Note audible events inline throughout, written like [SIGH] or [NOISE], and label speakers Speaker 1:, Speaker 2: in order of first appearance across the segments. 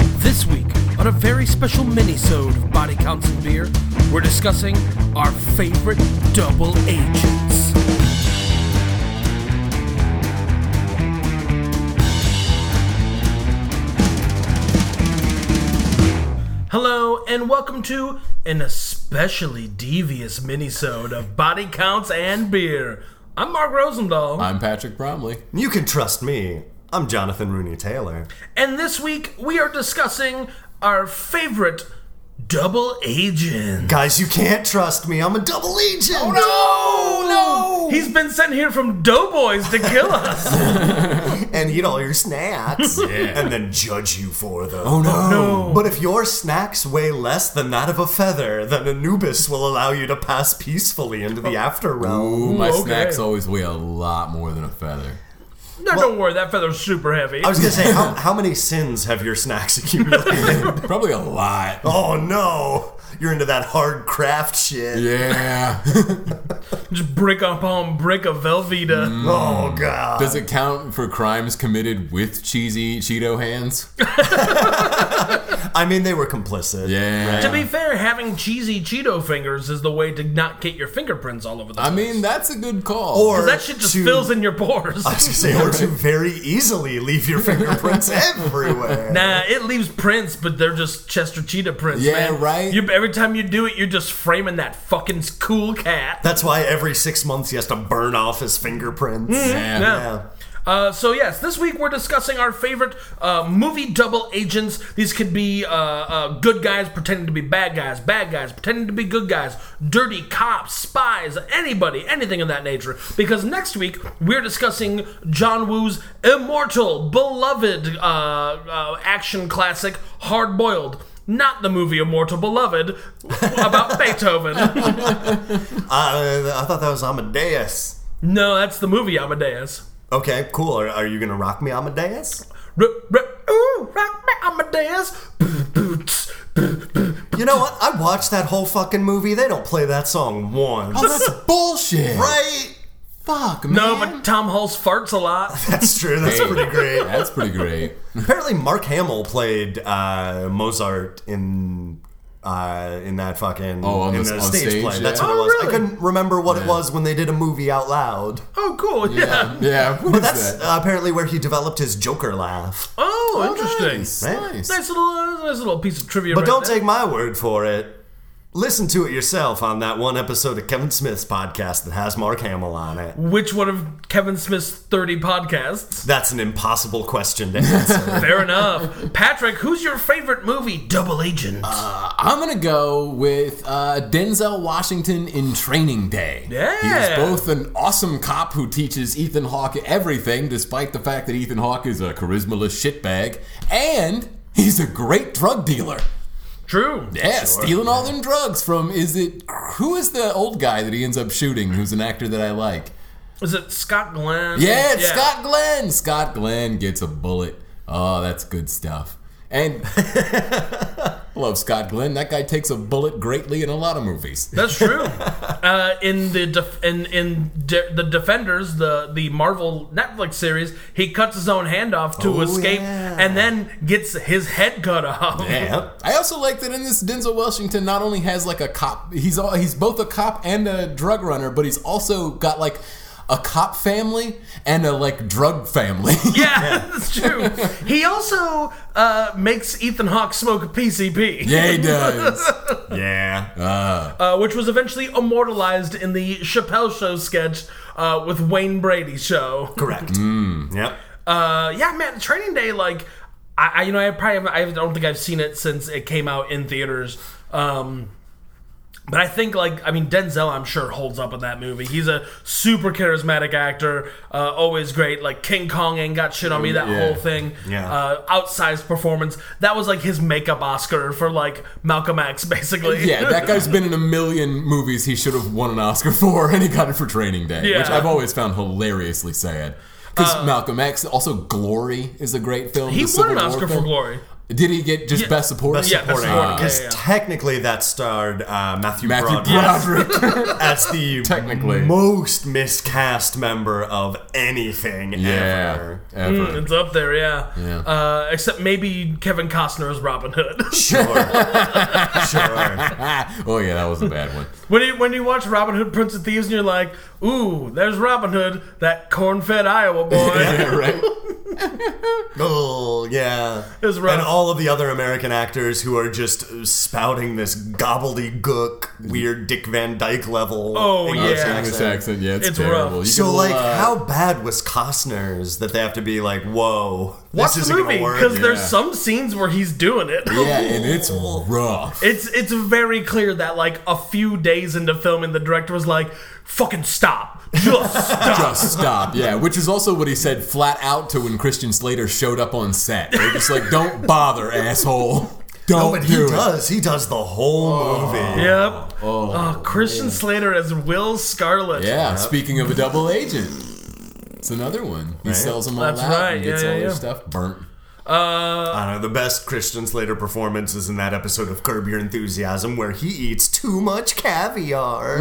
Speaker 1: This week, on a very special mini-sode of Body Counts and Beer, we're discussing our favorite double agents. Hello, and welcome to an especially devious mini-sode of Body Counts and Beer. I'm Mark Rosendahl.
Speaker 2: I'm Patrick Bromley.
Speaker 3: You can trust me. I'm Jonathan Rooney Taylor.
Speaker 1: And this week we are discussing our favorite double agent.
Speaker 3: Guys, you can't trust me. I'm a double agent.
Speaker 1: Oh, no! He's been sent here from Doughboys to kill us.
Speaker 3: And eat all your
Speaker 1: [LAUGHS]
Speaker 3: snacks. And then judge you for them. Oh
Speaker 1: no.
Speaker 3: But if your snacks weigh less than that of a feather, then Anubis will allow you to pass peacefully into the after realm.
Speaker 2: Ooh, my
Speaker 1: okay.
Speaker 2: snacks always weigh a lot more than a feather.
Speaker 1: no, don't worry, that feather's super heavy.
Speaker 3: I was gonna
Speaker 1: [LAUGHS]
Speaker 3: say, how, how many sins have your snacks accumulated?
Speaker 2: Probably a lot.
Speaker 3: oh no! You're into that hard craft shit.
Speaker 2: Yeah.
Speaker 1: Just brick upon brick of Velveeta.
Speaker 3: Oh god.
Speaker 2: Does it count for crimes committed with cheesy Cheeto hands?
Speaker 3: I mean, they were complicit.
Speaker 2: Yeah.
Speaker 1: To be fair, having cheesy Cheeto fingers is the way to not get your fingerprints all over the
Speaker 2: I
Speaker 1: place.
Speaker 2: mean, that's a good call.
Speaker 3: Or
Speaker 1: that shit just
Speaker 3: to-
Speaker 1: fills in your pores.
Speaker 3: I was gonna say, or to very easily leave your
Speaker 2: [LAUGHS]
Speaker 3: fingerprints
Speaker 1: [LAUGHS]
Speaker 3: everywhere.
Speaker 1: Nah, it leaves prints, but they're just Chester Cheetah prints,
Speaker 2: Yeah,
Speaker 1: man.
Speaker 2: right.
Speaker 1: You, every time you do it, you're just framing that fucking cool cat.
Speaker 3: That's why every six months he has to burn off his fingerprints.
Speaker 2: Mm, Yeah.
Speaker 1: Yeah. Uh, so yes, this week we're discussing our favorite uh, movie double agents. These could be uh, uh, good guys pretending to be bad guys, bad guys pretending to be good guys, dirty cops, spies, anybody, anything of that nature. Because next week we're discussing John Woo's immortal, beloved uh, uh, action classic, Hard Boiled. Not the movie Immortal Beloved about [LAUGHS] Beethoven.
Speaker 3: I, I thought that was Amadeus.
Speaker 1: No, that's the movie Amadeus.
Speaker 3: Okay, cool. Are, are you gonna rock me, Amadeus?
Speaker 1: R- r- ooh, rock me Amadeus. Boots.
Speaker 3: You know what? I watched that whole fucking movie. They don't play that song once.
Speaker 2: Oh, that's bullshit.
Speaker 3: Right?
Speaker 2: Fuck, man.
Speaker 1: No, but Tom Hulse farts a lot.
Speaker 3: That's true. That's
Speaker 2: Hey.
Speaker 3: pretty great.
Speaker 2: That's pretty great.
Speaker 3: Apparently, Mark Hamill played uh, Mozart in. Uh, in that fucking
Speaker 2: Oh, on
Speaker 3: in
Speaker 2: the-
Speaker 3: the
Speaker 2: on
Speaker 3: stage,
Speaker 2: stage,
Speaker 3: play,
Speaker 2: yeah.
Speaker 3: that's what
Speaker 1: Oh,
Speaker 3: it was.
Speaker 1: really?
Speaker 3: I couldn't remember what it was when they did a movie out loud,
Speaker 1: [LAUGHS] Oh, cool. Yeah.
Speaker 2: [LAUGHS] Yeah. What
Speaker 3: but
Speaker 2: is
Speaker 3: that's
Speaker 2: that?
Speaker 3: uh, apparently where he developed his Joker laugh.
Speaker 1: Oh, interesting.
Speaker 2: Nice.
Speaker 1: Nice.
Speaker 2: nice.
Speaker 1: little, uh, nice little piece of trivia.
Speaker 3: But
Speaker 1: right
Speaker 3: don't
Speaker 1: there.
Speaker 3: take my word for it. Listen to it yourself on that one episode of Kevin Smith's podcast that has Mark Hamill on it.
Speaker 1: Which one of Kevin Smith's thirty [LAUGHS] podcasts?
Speaker 3: That's an impossible question
Speaker 2: [LAUGHS]
Speaker 3: to answer.
Speaker 1: Fair enough. Patrick, who's your favorite movie? Double Agent.
Speaker 2: Uh, I'm gonna go with uh, Denzel Washington in Training Day.
Speaker 1: Yeah.
Speaker 2: he's both an awesome cop who teaches Ethan Hawke everything, despite the fact that Ethan Hawke is a charismaless shitbag, and he's a great drug dealer.
Speaker 1: True.
Speaker 2: Yeah, stealing all them drugs from is it who is the old guy that he ends up shooting? Who's an actor that I like?
Speaker 1: Is it Scott Glenn?
Speaker 2: Yeah, it's Scott Glenn. Scott Glenn gets a bullet. Oh, that's good stuff. And [LAUGHS] love Scott Glenn. That guy takes a bullet greatly in a lot of movies.
Speaker 1: That's true. uh, in the def- in in de- the Defenders, the the Marvel Netflix series, he cuts his own hand off to
Speaker 3: Oh,
Speaker 1: escape,
Speaker 3: yeah.
Speaker 1: and then gets his head cut off.
Speaker 3: yep.
Speaker 2: I also like that in this Denzel Washington not only has like a cop, he's all, he's both a cop and a drug runner, but he's also got like a cop family and a like drug family.
Speaker 1: [LAUGHS]
Speaker 2: [LAUGHS]
Speaker 1: Yeah, that's true. He also uh, makes Ethan Hawke smoke PCP,
Speaker 2: yeah, he does.
Speaker 3: Yeah.
Speaker 1: uh, which was eventually immortalized in the Chappelle Show sketch uh, with Wayne Brady show.
Speaker 3: Correct.
Speaker 2: mm.
Speaker 3: Yep.
Speaker 1: Uh, yeah, man, Training Day, like, I, I you know, I probably haven't, I don't think I've seen it since it came out in theaters. Um, but I think, like, I mean, Denzel, I'm sure, holds up in that movie. He's a super charismatic actor, uh, always great. Like, King Kong ain't got shit on me, that
Speaker 2: Yeah.
Speaker 1: whole thing.
Speaker 3: Yeah.
Speaker 1: Uh, outsized performance. That was, like, his makeup Oscar for, like, Malcolm X, [LAUGHS] basically.
Speaker 2: Yeah, that guy's been in a million movies he should have won an Oscar for, and he got it for Training Day, which
Speaker 1: Yeah. Uh,
Speaker 2: I've always found hilariously sad. Because Malcolm X, also Glory is a great film.
Speaker 1: [LAUGHS] He
Speaker 2: the Civil
Speaker 1: won an
Speaker 2: War
Speaker 1: Oscar for
Speaker 2: film.
Speaker 1: Glory.
Speaker 2: Did he get just
Speaker 1: Yeah.
Speaker 2: best supporting? Uh,
Speaker 3: Best
Speaker 1: Yeah, best
Speaker 3: supporting.
Speaker 1: supporting,
Speaker 3: Because
Speaker 1: yeah, yeah, yeah.
Speaker 3: technically that starred uh, Matthew,
Speaker 2: Matthew
Speaker 3: Broderick.
Speaker 1: [LAUGHS]
Speaker 2: Broderick.
Speaker 3: That's the
Speaker 2: Technically.
Speaker 3: most miscast member of anything
Speaker 2: yeah.
Speaker 3: ever.
Speaker 2: Ever.
Speaker 1: It's up there, yeah.
Speaker 2: Yeah.
Speaker 1: Uh, except maybe Kevin Costner as Robin Hood. [LAUGHS]
Speaker 3: Sure. sure.
Speaker 1: Mm.
Speaker 2: Ah, oh yeah, that was a bad
Speaker 1: [LAUGHS]
Speaker 2: one.
Speaker 1: when you when you watch Robin Hood Prince of Thieves and you're like, ooh, there's Robin Hood, that corn-fed Iowa boy.
Speaker 2: Yeah, right.
Speaker 3: Oh, yeah.
Speaker 1: was rough.
Speaker 3: And all of the other American actors who are just spouting this gobbledygook, weird Dick Van Dyke level.
Speaker 1: Oh,
Speaker 3: English
Speaker 1: yeah.
Speaker 2: English
Speaker 3: accent.
Speaker 2: accent, yeah, it's,
Speaker 1: It's rough.
Speaker 2: terrible. You
Speaker 3: So,
Speaker 2: can,
Speaker 3: like,
Speaker 2: uh,
Speaker 3: how bad was Costner's that they have to be like, whoa,
Speaker 1: Watch
Speaker 3: this
Speaker 1: the
Speaker 3: isn't
Speaker 1: movie
Speaker 3: gonna work?
Speaker 1: because there's
Speaker 2: yeah.
Speaker 1: some scenes where he's doing it.
Speaker 2: Yeah, and it's rough.
Speaker 1: It's it's very clear that like a few days into filming, the director was like, "Fucking stop, just stop."
Speaker 3: [LAUGHS]
Speaker 2: Just stop. Yeah, which is also what he said flat out to when Christian Slater showed up on set. They're just like, "Don't bother, asshole.
Speaker 3: No,
Speaker 2: Don't
Speaker 3: but he
Speaker 2: do it."
Speaker 3: does. He does the whole movie.
Speaker 1: Yep. Oh, Christian Slater as Will Scarlet.
Speaker 2: Yeah. Speaking of a double agent, it's another one. He sells them all
Speaker 1: That's
Speaker 2: out
Speaker 1: right,
Speaker 2: and gets
Speaker 1: yeah,
Speaker 2: all
Speaker 1: yeah,
Speaker 2: their
Speaker 1: yeah.
Speaker 2: stuff burnt.
Speaker 3: I don't know. The best Christian Slater performance is in that episode of Curb Your Enthusiasm where he eats too much caviar.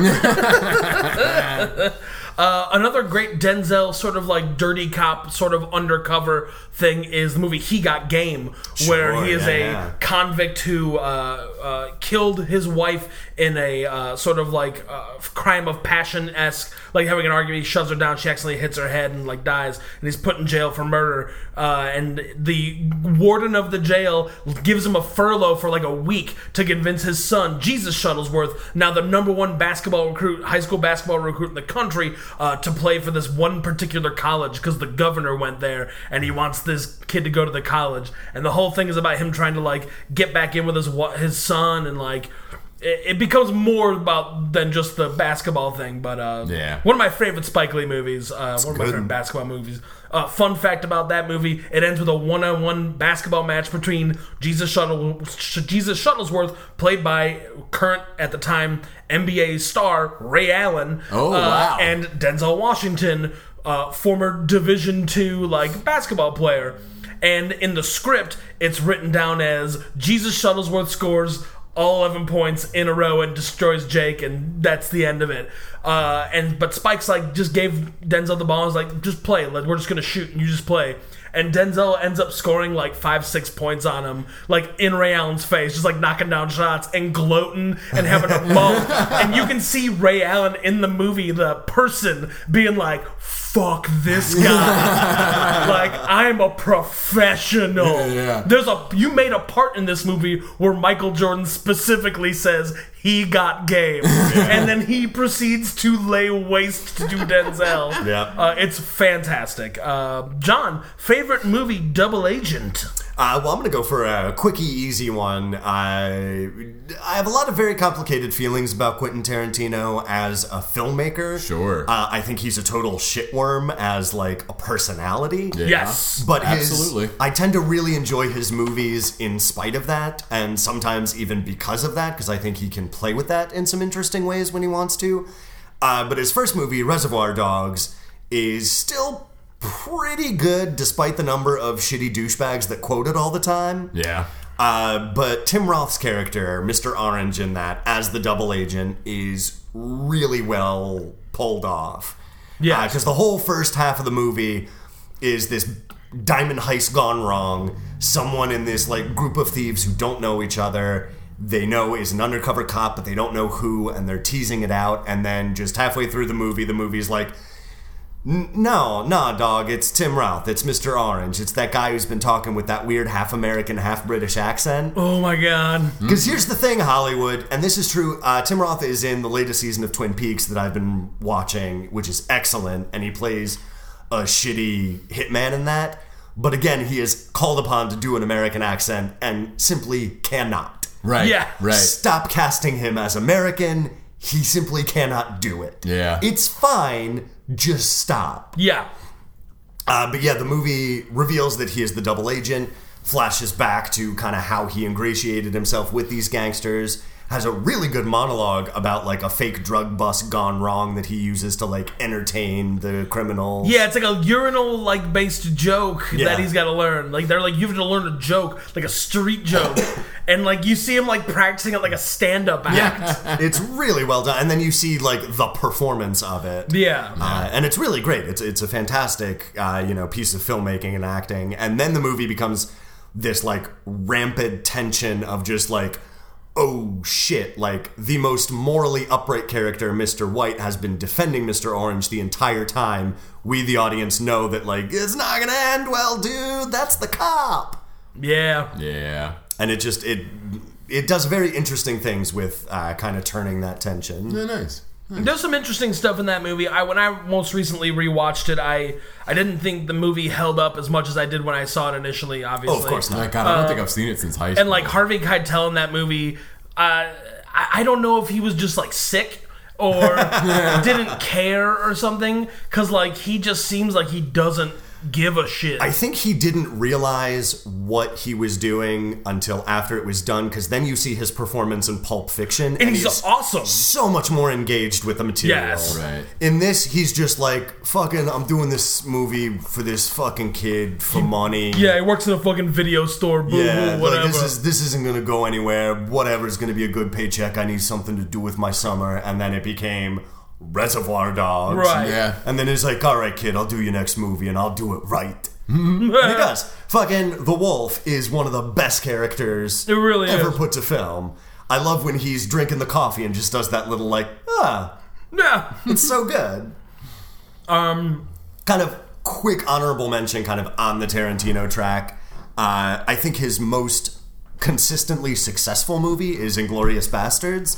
Speaker 1: Uh, another great Denzel sort of like dirty cop sort of undercover thing is the movie He Got Game, where he is
Speaker 3: yeah,
Speaker 1: a
Speaker 3: yeah.
Speaker 1: convict who uh, uh, killed his wife in a uh, sort of like uh, crime of passion esque, like having an argument. He shoves her down, she accidentally hits her head and like dies, and he's put in jail for murder. Uh, and the warden of the jail gives him a furlough for like a week to convince his son, Jesus Shuttlesworth, now the number one basketball recruit, high school basketball recruit in the country, uh, to play for this one particular college because the governor went there and he wants this kid to go to the college. And the whole thing is about him trying to like get back in with his wa- his son and like. It it becomes more about than just the basketball thing, but uh,
Speaker 2: Yeah.
Speaker 1: one of my favorite Spike Lee movies, uh, one of my
Speaker 3: good.
Speaker 1: favorite basketball movies. Uh, fun fact about that movie: it ends with a one-on-one basketball match between Jesus Shuttle, Sh- Jesus Shuttlesworth, played by current at the time NBA star Ray Allen,
Speaker 2: Oh,
Speaker 1: uh,
Speaker 2: wow.
Speaker 1: and Denzel Washington, uh, former Division two like basketball player. And in the script, it's written down as Jesus Shuttlesworth scores all 11 points in a row and destroys Jake, and that's the end of it. Uh, and but Spike's like just gave Denzel the ball and was like, just play. Like we're just gonna shoot and you just play. And Denzel ends up scoring like five, six points on him, like in Ray Allen's face, just like knocking down shots and gloating and having a
Speaker 2: [LAUGHS]
Speaker 1: moment. and you can see Ray Allen in the movie, the person being like, fuck this
Speaker 2: [LAUGHS]
Speaker 1: guy. like, I'm a professional.
Speaker 2: Yeah, yeah.
Speaker 1: There's a you made a part in this movie where Michael Jordan specifically says he got game, and then he proceeds to lay waste to Denzel.
Speaker 3: Yep.
Speaker 1: Uh, it's fantastic. Uh, John, favorite movie, Double Agent.
Speaker 3: Uh, well, I'm going to go for a quickie, easy one. I, I have a lot of very complicated feelings about Quentin Tarantino as a filmmaker.
Speaker 2: Sure.
Speaker 3: Uh, I think he's a total shitworm as, like, a personality.
Speaker 1: Yes.
Speaker 3: But his-
Speaker 2: Absolutely.
Speaker 3: I tend to really enjoy his movies in spite of that, and sometimes even because of that, because I think he can play with that in some interesting ways when he wants to. Uh, but his first movie, Reservoir Dogs, is still pretty good despite the number of shitty douchebags that quote it all the time.
Speaker 2: Yeah.
Speaker 3: Uh, but Tim Roth's character, Mr. Orange, in that as the double agent, is really well pulled off.
Speaker 1: Yeah.
Speaker 3: because the whole first half of the movie is this diamond heist gone wrong. Someone in this like group of thieves who don't know each other. They know is an undercover cop, but they don't know who, and they're teasing it out. And then just halfway through the movie, the movie's like, "N- "No, nah, dog, it's Tim Roth, it's Mister Orange, it's that guy who's been talking with that weird half American, half British accent."
Speaker 1: Oh my God.
Speaker 3: Because here's the thing, Hollywood, and this is true. Uh, Tim Roth is in the latest season of Twin Peaks that I've been watching, which is excellent, and he plays a shitty hitman in that. But again, he is called upon to do an American accent and simply cannot.
Speaker 2: Right.
Speaker 1: Yeah.
Speaker 2: Right.
Speaker 3: Stop casting him as American. He simply cannot do it.
Speaker 2: Yeah.
Speaker 3: It's fine, just stop.
Speaker 1: Yeah.
Speaker 3: Uh, but yeah, the movie reveals that he is the double agent, flashes back to kind of how he ingratiated himself with these gangsters, has a really good monologue about like a fake drug bust gone wrong that he uses to like entertain the criminals.
Speaker 1: Yeah, it's like a urinal like based joke
Speaker 3: Yeah.
Speaker 1: that he's got to learn. Like they're like you have to learn a joke, like a street joke, and like you see him like practicing it like a stand up act.
Speaker 3: Yeah, it's really well done, and then you see like the performance of it.
Speaker 1: Yeah.
Speaker 3: Uh, and it's really great. It's it's a fantastic uh, you know piece of filmmaking and acting. And then the movie becomes this like rampant tension of just like oh shit like the most morally upright character mr white has been defending mr orange the entire time we the audience know that like it's not gonna end well dude that's the cop
Speaker 1: Yeah.
Speaker 2: Yeah.
Speaker 3: and it just it it does very interesting things with uh, kind of turning that tension.
Speaker 2: Yeah, nice.
Speaker 1: There's some interesting stuff in that movie. I when I most recently rewatched it, I I didn't think the movie held up as much as I did when I saw it initially, obviously.
Speaker 3: Oh, of course
Speaker 2: My
Speaker 3: not.
Speaker 2: God, I don't think I've seen it since high school.
Speaker 1: Uh, And like Harvey Keitel in that movie, uh, I, I don't know if he was just like sick
Speaker 3: [LAUGHS]
Speaker 1: or didn't care or something, because like he just seems like he doesn't give a shit.
Speaker 3: I think he didn't realize what he was doing until after it was done, because then you see his performance in Pulp Fiction, and,
Speaker 1: he's awesome.
Speaker 3: so much more engaged with the material.
Speaker 1: Yes.
Speaker 2: Right.
Speaker 3: In this, he's just like, "Fucking, I'm doing this movie for this fucking kid for money."
Speaker 1: yeah, he works in a fucking video store. Boo
Speaker 3: Yeah,
Speaker 1: hoo,
Speaker 3: like
Speaker 1: whatever.
Speaker 3: this is this isn't gonna go anywhere. Whatever's gonna be a good paycheck. I need something to do with my summer, and then it became Reservoir Dogs.
Speaker 1: Right.
Speaker 2: Yeah.
Speaker 3: And then it's like, all right, kid, I'll do your next movie, and I'll do it
Speaker 1: [LAUGHS]
Speaker 3: right. And he does. Fucking the Wolf is one of the best characters
Speaker 1: It really
Speaker 3: ever
Speaker 1: is.
Speaker 3: put to film. I love when he's drinking the coffee and just does that little like, ah,
Speaker 1: yeah.
Speaker 3: it's so good.
Speaker 1: Um.
Speaker 3: kind of quick honorable mention, kind of on the Tarantino track. Uh, I think his most consistently successful movie is Inglorious Bastards.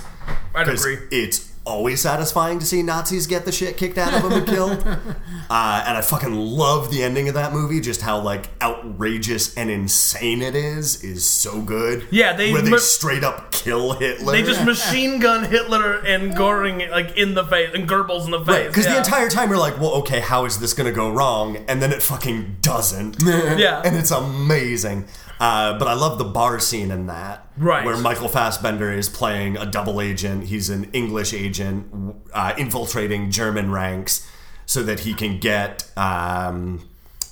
Speaker 1: I'd
Speaker 3: 'cause
Speaker 1: agree.
Speaker 3: It's always satisfying to see Nazis get the shit kicked out of them and killed.
Speaker 1: [LAUGHS]
Speaker 3: Uh, and I fucking love the ending of that movie. Just how like outrageous and insane it is is so good.
Speaker 1: Yeah, they
Speaker 3: where they
Speaker 1: mu-
Speaker 3: straight up kill Hitler.
Speaker 1: They just machine gun Hitler and Goring like in the face and Goebbels in the face.
Speaker 3: Because
Speaker 1: yeah.
Speaker 3: the entire time you're like, well, okay, how is this going to go wrong? And then it fucking
Speaker 1: [LAUGHS]
Speaker 3: doesn't.
Speaker 1: Yeah.
Speaker 3: And it's amazing. Uh, but I love the bar scene in that.
Speaker 1: Right.
Speaker 3: Where Michael Fassbender is playing a double agent. He's an English agent uh, infiltrating German ranks so that he can get, um,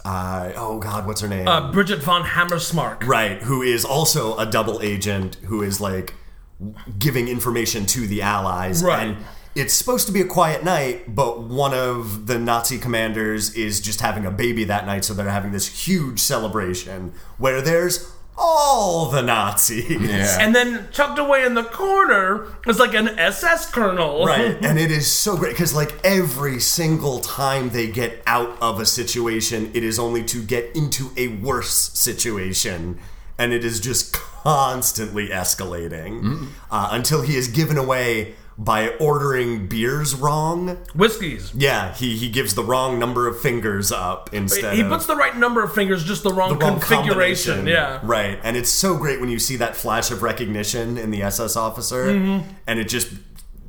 Speaker 3: uh, oh God, what's her name?
Speaker 1: uh, Bridget von Hammersmark.
Speaker 3: Right, who is also a double agent who is like giving information to the allies.
Speaker 1: Right.
Speaker 3: And it's supposed to be a quiet night, but one of the Nazi commanders is just having a baby that night, so they're having this huge celebration where there's all the Nazis.
Speaker 2: Yeah.
Speaker 1: And then tucked away in the corner is like an SS colonel.
Speaker 3: Right. [LAUGHS] And it is so great because, like, every single time they get out of a situation, it is only to get into a worse situation. And it is just constantly escalating
Speaker 1: Mm-hmm.
Speaker 3: uh, until he is given away by ordering beers wrong.
Speaker 1: Whiskeys.
Speaker 3: Yeah, he, he gives the wrong number of fingers up instead
Speaker 1: He
Speaker 3: of
Speaker 1: puts the right number of fingers, just the wrong,
Speaker 3: wrong
Speaker 1: configuration.
Speaker 3: combination.
Speaker 1: Yeah.
Speaker 3: Right. And it's so great when you see that flash of recognition in the SS officer
Speaker 1: Mm-hmm.
Speaker 3: and it just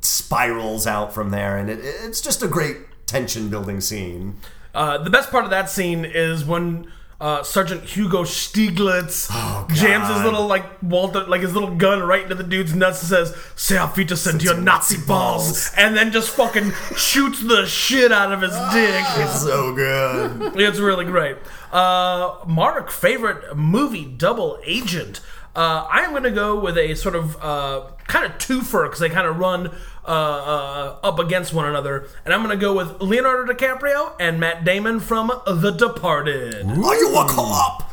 Speaker 3: spirals out from there. And it, it's just a great tension building scene.
Speaker 1: Uh, the best part of that scene is when uh, Sergeant Hugo Stieglitz jams his
Speaker 3: God.
Speaker 1: little like Walter, like his little gun right into the dude's nuts and says, "Say our feet to send to your Nazi balls.
Speaker 3: balls."
Speaker 1: and then just fucking shoots the shit out of his dick.
Speaker 3: It's so
Speaker 1: [LAUGHS]
Speaker 3: good.
Speaker 1: It's really great. Uh, Mark, favorite movie, Double Agent. Uh, I'm going to go with a sort of uh, kind of twofer because they kind of run uh, uh, up against one another. And I'm going to go with Leonardo DiCaprio and Matt Damon from The Departed.
Speaker 3: Are you a cop?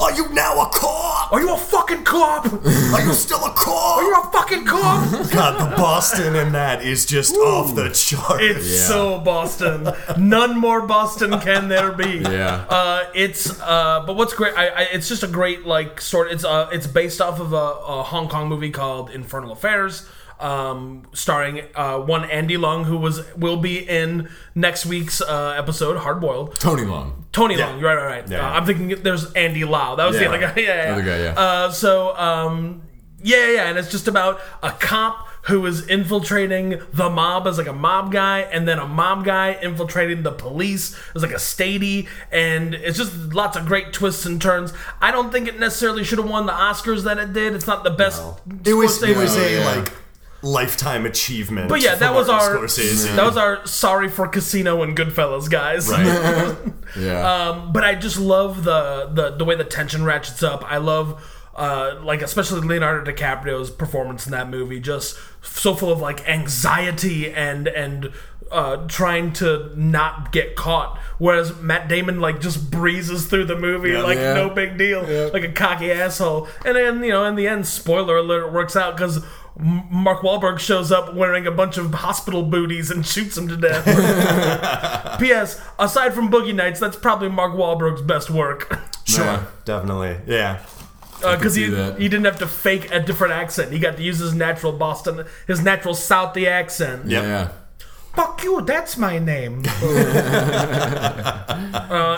Speaker 3: Are you now a cop?
Speaker 1: Are you a fucking cop? Are
Speaker 3: Are you still a cop?
Speaker 1: you a fucking cop?
Speaker 3: God, the Boston in that is just off the chart.
Speaker 1: It's so Boston. None more Boston can there be.
Speaker 2: Yeah.
Speaker 1: Uh, it's uh, but what's great? I, I, it's just a great like sort. It's uh, it's based off of a, a Hong Kong movie called Infernal Affairs, um, starring uh, one Andy Lung who was will be in next week's uh, episode Hard Boiled.
Speaker 2: Tony Long.
Speaker 1: Tony Long, right, right, right.
Speaker 3: Yeah.
Speaker 1: Uh, I'm thinking there's Andy Lau. That was the [LAUGHS]
Speaker 3: Yeah.
Speaker 1: other guy. Yeah, yeah.
Speaker 2: Other guy, yeah.
Speaker 1: Uh, so um, yeah, yeah, and it's just about a cop who is infiltrating the mob as like a mob guy, and then a mob guy infiltrating the police as like a statey, and it's just lots of great twists and turns. I don't think it necessarily should have won the Oscars that it did. It's not the best.
Speaker 3: It was it was
Speaker 1: Scorsese-
Speaker 3: a
Speaker 2: yeah.
Speaker 3: like lifetime achievement.
Speaker 1: But yeah,
Speaker 3: for
Speaker 1: that was
Speaker 3: Martin
Speaker 1: our
Speaker 3: Scorsese.
Speaker 1: that was our sorry for Casino and Goodfellas guys.
Speaker 3: right.
Speaker 2: Yeah.
Speaker 1: Um, but I just love the, the the way the tension ratchets up. I love uh, like especially Leonardo DiCaprio's performance in that movie, just so full of like anxiety and and uh, trying to not get caught. Whereas Matt Damon like just breezes through the movie like
Speaker 2: Yeah.
Speaker 1: no big deal,
Speaker 2: Yeah.
Speaker 1: like a cocky asshole. And then you know in the end, spoiler alert, it works out because. Mark Wahlberg shows up wearing a bunch of hospital booties and shoots him to death.
Speaker 2: [LAUGHS]
Speaker 1: P.S. Aside from Boogie Nights, that's probably Mark Wahlberg's best work [LAUGHS]
Speaker 3: sure,
Speaker 2: Yeah.
Speaker 3: definitely, yeah.
Speaker 1: because
Speaker 2: see
Speaker 1: he
Speaker 2: that.
Speaker 1: he didn't have to fake a different accent. He got to use his natural Boston, his natural Southie accent.
Speaker 3: Yep.
Speaker 2: Yeah.
Speaker 1: Fuck you, that's my
Speaker 2: [LAUGHS]
Speaker 1: name. uh,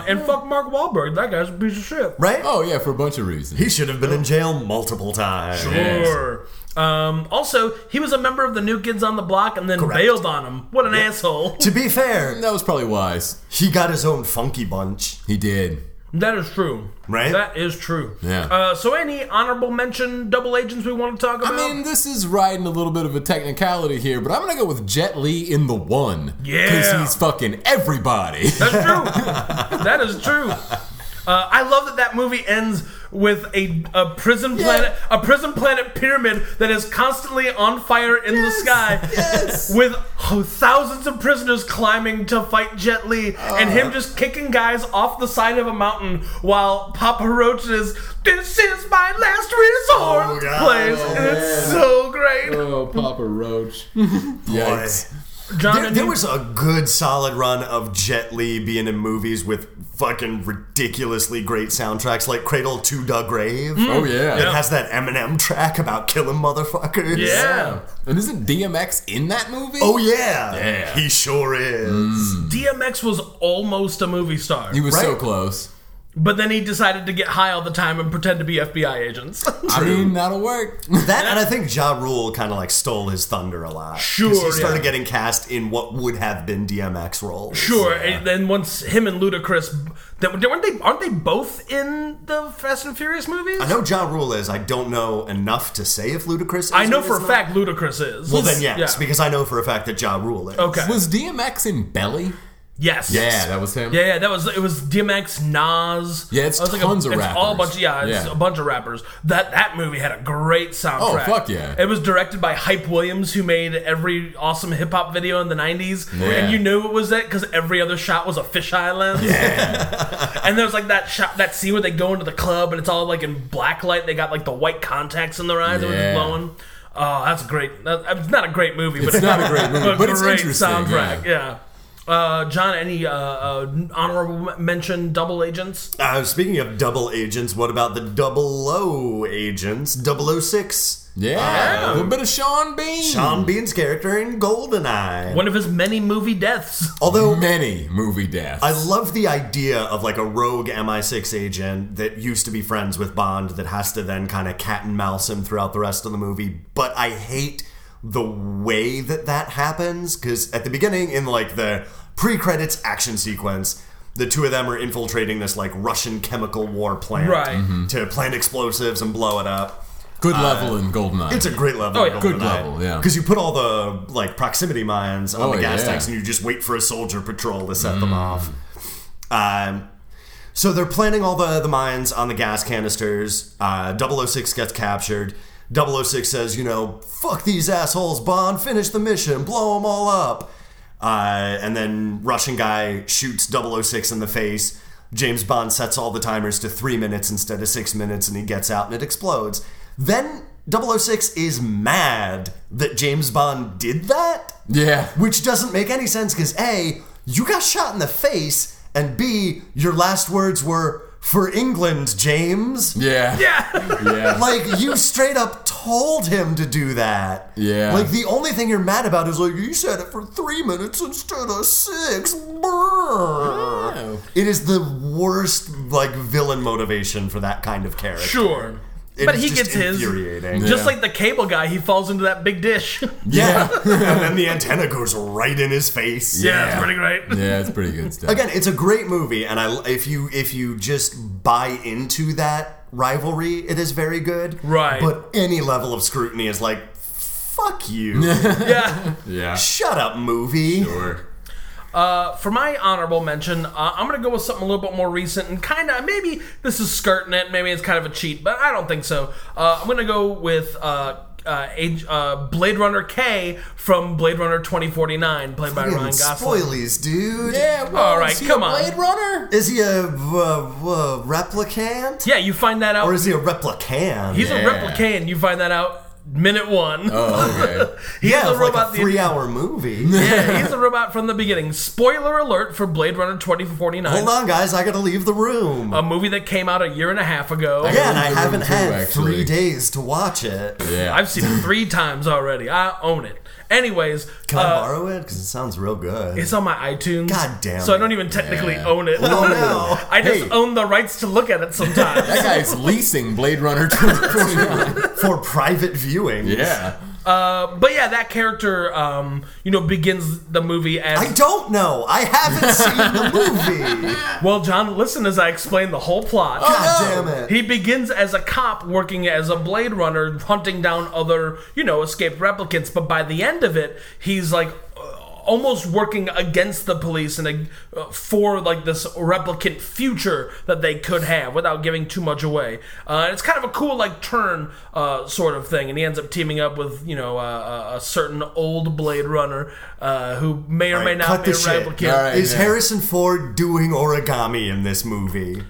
Speaker 1: and fuck Mark Wahlberg, that guy's a piece of shit.
Speaker 3: Right?
Speaker 2: Oh yeah, for a bunch of reasons.
Speaker 3: He should have been in jail multiple times.
Speaker 1: Oh. Sure. Um, also, he was a member of the New Kids on the Block and then bailed on him. What an asshole.
Speaker 3: To be fair,
Speaker 2: That was probably wise.
Speaker 3: he got his own funky bunch.
Speaker 2: He did.
Speaker 1: That is true.
Speaker 3: Right?
Speaker 1: That is true.
Speaker 2: Yeah.
Speaker 1: Uh, so, any honorable mention double agents we want to talk about?
Speaker 2: I mean, this is riding a little bit of a technicality here, but I'm gonna go with Jet Li in the one.
Speaker 1: Yeah.
Speaker 2: he's fucking everybody.
Speaker 1: That's true. that is true. Uh, I love that that movie ends with a, a prison planet a prison planet pyramid that is constantly on fire in the sky with ho- thousands of prisoners climbing to fight Jet Li and
Speaker 3: Uh.
Speaker 1: him just kicking guys off the side of a mountain while Papa Roach is this is my last resort
Speaker 3: Oh, God.
Speaker 1: plays and it's so great.
Speaker 2: oh, Papa [LAUGHS] Roach.
Speaker 3: Boy.
Speaker 2: Yikes.
Speaker 1: John,
Speaker 3: There,
Speaker 1: any-
Speaker 3: there was a good solid run of Jet Li being in movies with fucking ridiculously great soundtracks like Cradle to the Grave.
Speaker 1: Mm.
Speaker 2: Oh yeah.
Speaker 3: It has that Eminem track about killing motherfuckers.
Speaker 1: yeah.
Speaker 2: And isn't DMX in that movie?
Speaker 3: Oh yeah.
Speaker 2: Yeah.
Speaker 3: He sure is.
Speaker 1: Mm. DMX was almost a movie star.
Speaker 2: he was so
Speaker 3: right.
Speaker 2: close.
Speaker 1: But then he decided to get high all the time and pretend to be FBI agents. [LAUGHS]
Speaker 2: I mean, that'll work.
Speaker 3: That and I think Ja Rule kind of like stole his thunder a lot. 'Cause
Speaker 1: Sure,
Speaker 3: He started
Speaker 1: yeah.
Speaker 3: getting cast in what would have been DMX roles.
Speaker 1: sure. And then once him and Ludacris, that weren't they? Aren't they both in the Fast and Furious movies?
Speaker 3: I know Ja Rule is. I don't know enough to say if Ludacris is.
Speaker 1: I know
Speaker 3: or
Speaker 1: for a
Speaker 3: is not.
Speaker 1: fact Ludacris is.
Speaker 3: Well, then yes, because I know for a fact that Ja Rule is.
Speaker 1: okay.
Speaker 2: Was DMX in Belly?
Speaker 1: yes.
Speaker 2: Yeah, that was him.
Speaker 1: Yeah, yeah, that was it. Was DMX, Nas?
Speaker 2: Yeah, it's
Speaker 1: It was
Speaker 2: tons of
Speaker 1: it's All a
Speaker 2: rappers.
Speaker 1: bunch, yeah, it's
Speaker 2: Yeah.
Speaker 1: a bunch of rappers. That that movie had a great soundtrack.
Speaker 2: Oh, fuck yeah.
Speaker 1: It was directed by Hype Williams, who made every awesome hip hop video in the '90s, and you knew it was it because every other shot was a fisheye lens. Yeah, [LAUGHS] and there was like that shot, that scene where they go into the club and it's all like in black light. They got like the white contacts in their eyes. It was
Speaker 2: Yeah.
Speaker 1: just glowing. Oh, that's great. That, it's not a great movie, but
Speaker 2: It's not a
Speaker 1: [LAUGHS]
Speaker 2: great movie, but it's interesting,
Speaker 1: soundtrack. Yeah. Uh, John, any uh, uh, honorable m- mention double agents?
Speaker 3: Uh, speaking of double agents, what about the double O agents? 006.
Speaker 2: Yeah. A little bit of Sean Bean.
Speaker 3: Sean Bean's character in Goldeneye.
Speaker 1: One of his many movie
Speaker 2: [LAUGHS]
Speaker 1: deaths.
Speaker 3: Although
Speaker 2: Many movie deaths.
Speaker 3: I love the idea of like a rogue MI6 agent that used to be friends with Bond that has to then kind of cat and mouse him throughout the rest of the movie, but I hate the way that that happens because at the beginning, in like the pre credits action sequence, the two of them are infiltrating this like Russian chemical war plant
Speaker 1: Right.
Speaker 2: Mm-hmm.
Speaker 3: to plant explosives and blow it up.
Speaker 2: Good level in Goldeneye.
Speaker 3: It's a great level.
Speaker 1: Oh, yeah.
Speaker 2: Good level, yeah.
Speaker 3: Because you put all the like proximity mines on
Speaker 2: Oh,
Speaker 3: the gas
Speaker 2: yeah.
Speaker 3: tanks, and you just wait for a soldier patrol to set them off. Um, so they're planting all the the mines on the gas canisters. Uh, 006 gets captured. 006 says, you know, fuck these assholes, Bond. Finish the mission. Blow them all up. Uh, and then Russian guy shoots 006 in the face. James Bond sets all the timers to three minutes instead of six minutes, and he gets out and it explodes. Then 006 is mad that James Bond did that,
Speaker 2: yeah.
Speaker 3: which doesn't make any sense because A, you got shot in the face, and B, your last words were, for England, James.
Speaker 2: Yeah.
Speaker 1: Yeah.
Speaker 2: Yeah. [LAUGHS]
Speaker 3: Like, you straight up told him to do that.
Speaker 2: Yeah.
Speaker 3: Like, the only thing you're mad about is, like, you said it for three minutes instead of six. Brrr.
Speaker 2: Yeah.
Speaker 3: It is the worst, like, villain motivation for that kind of character.
Speaker 1: [LAUGHS] sure.
Speaker 3: It
Speaker 1: But
Speaker 3: is
Speaker 1: he
Speaker 3: just
Speaker 1: gets his.
Speaker 3: infuriating.
Speaker 1: Just
Speaker 2: Yeah.
Speaker 1: like the cable guy, he falls into that big dish. [LAUGHS] yeah,
Speaker 2: [LAUGHS] Yeah.
Speaker 3: and then the antenna goes right in his face.
Speaker 1: it's pretty great.
Speaker 2: yeah, it's pretty good stuff.
Speaker 3: Again, it's a great movie, and I if you if you just buy into that rivalry, it is very good.
Speaker 1: Right.
Speaker 3: But any level of scrutiny is like, fuck
Speaker 1: [LAUGHS]
Speaker 3: you.
Speaker 1: Yeah.
Speaker 2: Yeah.
Speaker 3: Shut up, movie.
Speaker 2: Sure.
Speaker 1: Uh, for my honorable mention, uh, I'm going to go with something a little bit more recent and kind of maybe this is skirting it. Maybe it's kind of a cheat, but I don't think so. Uh, I'm going to go with. Uh, uh, age, uh, Blade Runner K from Blade Runner 2049, played by Ryan Gosling.
Speaker 3: Spoilies, dude.
Speaker 2: Yeah, well,
Speaker 1: All right,
Speaker 2: is he
Speaker 1: come
Speaker 2: a
Speaker 1: on.
Speaker 2: Blade Runner?
Speaker 3: Is he a uh, uh, replicant?
Speaker 1: Yeah, you find that out.
Speaker 3: Or is he a replicant?
Speaker 1: He's
Speaker 2: Yeah.
Speaker 1: a replicant. You find that out minute one.
Speaker 2: Oh, okay.
Speaker 1: he's
Speaker 3: yeah,
Speaker 1: a
Speaker 3: it's like
Speaker 1: robot.
Speaker 3: a
Speaker 1: the-
Speaker 3: three-hour movie.
Speaker 1: [LAUGHS] yeah, he's a robot from the beginning. Spoiler alert for Blade Runner 2049.
Speaker 3: Hold on, guys. I gotta leave the room.
Speaker 1: A movie that came out a year and a half ago.
Speaker 3: yeah, and I
Speaker 2: leave the
Speaker 3: haven't
Speaker 2: room too,
Speaker 3: had
Speaker 2: actually.
Speaker 3: three days to watch it.
Speaker 2: Yeah.
Speaker 1: I've seen it three times already. I own it. Anyways,
Speaker 3: Can I
Speaker 1: uh,
Speaker 3: borrow it? Because it sounds real good.
Speaker 1: it's on my iTunes.
Speaker 3: God damn
Speaker 1: So I
Speaker 3: it.
Speaker 1: don't even technically
Speaker 2: Yeah.
Speaker 1: own it.
Speaker 3: Oh, no.
Speaker 1: [LAUGHS] I just
Speaker 3: Hey.
Speaker 1: own the rights to look at it sometimes. [LAUGHS]
Speaker 2: that guy's leasing Blade Runner 2049.
Speaker 3: for private viewing.
Speaker 2: yeah.
Speaker 1: uh, but yeah, that character, um, you know, begins the movie as
Speaker 3: I don't know. I haven't seen
Speaker 2: [LAUGHS]
Speaker 3: the movie.
Speaker 1: well. John, listen as I explain the whole plot.
Speaker 3: God damn it.
Speaker 1: He begins as a cop working as a Blade Runner, hunting down other, you know, escaped replicants. But by the end of it, he's like uh, almost working against the police and uh, for like this replicant future that they could have without giving too much away. Uh, and it's kind of a cool like turn uh, sort of thing. And he ends up teaming up with you know uh, a a certain old Blade Runner uh, who may or may
Speaker 3: Alright,
Speaker 1: not
Speaker 3: cut
Speaker 1: be a
Speaker 3: the shit.
Speaker 1: replicant.
Speaker 2: Alright.
Speaker 3: Is
Speaker 2: yeah.
Speaker 3: Harrison Ford doing origami in this movie?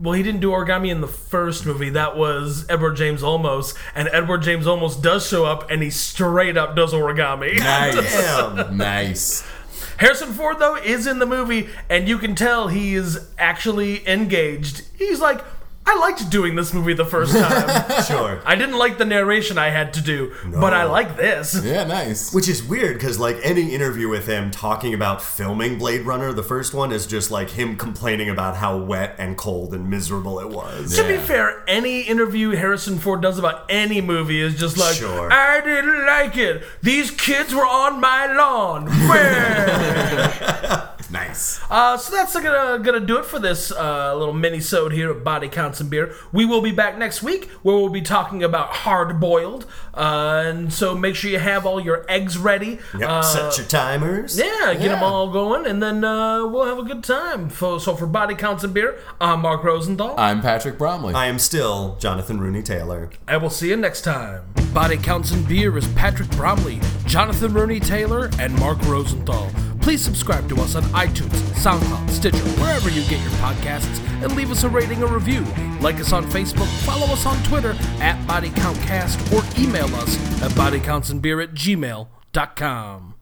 Speaker 1: Well, he didn't do origami in the first movie. That was Edward James Olmos, and Edward James Olmos does show up, and he straight up does origami.
Speaker 2: Nice.
Speaker 3: Damn.
Speaker 2: nice.
Speaker 1: [LAUGHS] Harrison Ford though is in the movie, and you can tell he is actually engaged. He's like, I liked doing this movie the first time.
Speaker 2: [LAUGHS]
Speaker 3: [LAUGHS] sure.
Speaker 1: I didn't like the narration I had to do, but I like this.
Speaker 2: Yeah, nice.
Speaker 3: Which is weird because, like, any interview with him talking about filming Blade Runner, the first one is just like him complaining about how wet and cold and miserable it was.
Speaker 1: To be
Speaker 2: Yeah.
Speaker 1: fair, any interview Harrison Ford does about any movie is just like,
Speaker 3: Sure.
Speaker 1: I didn't like it. These kids were on my lawn. Where?
Speaker 2: Nice.
Speaker 1: Uh, so that's gonna gonna do it for this uh, little mini sode here at Body Counts and Beer. We will be back next week where we'll be talking about hard boiled, uh, and so make sure you have all your eggs ready.
Speaker 3: Yep,
Speaker 1: Uh,
Speaker 3: set your timers.
Speaker 1: yeah, get them
Speaker 2: Yeah.
Speaker 1: all going, and then uh, we'll have a good time. Fo- So for Body Counts and Beer, I'm Mark Rosenthal.
Speaker 2: I'm Patrick Bromley.
Speaker 3: I am still Jonathan Rooney Taylor.
Speaker 1: I will see you next time. Body Counts and Beer is Patrick Bromley, Jonathan Rooney Taylor, and Mark Rosenthal. Please subscribe to us on iTunes, SoundCloud, Stitcher, wherever you get your podcasts, and leave us a rating or review. Like us on Facebook, follow us on Twitter at BodyCountCast, or email us at bodycountsandbeer at gmail.com.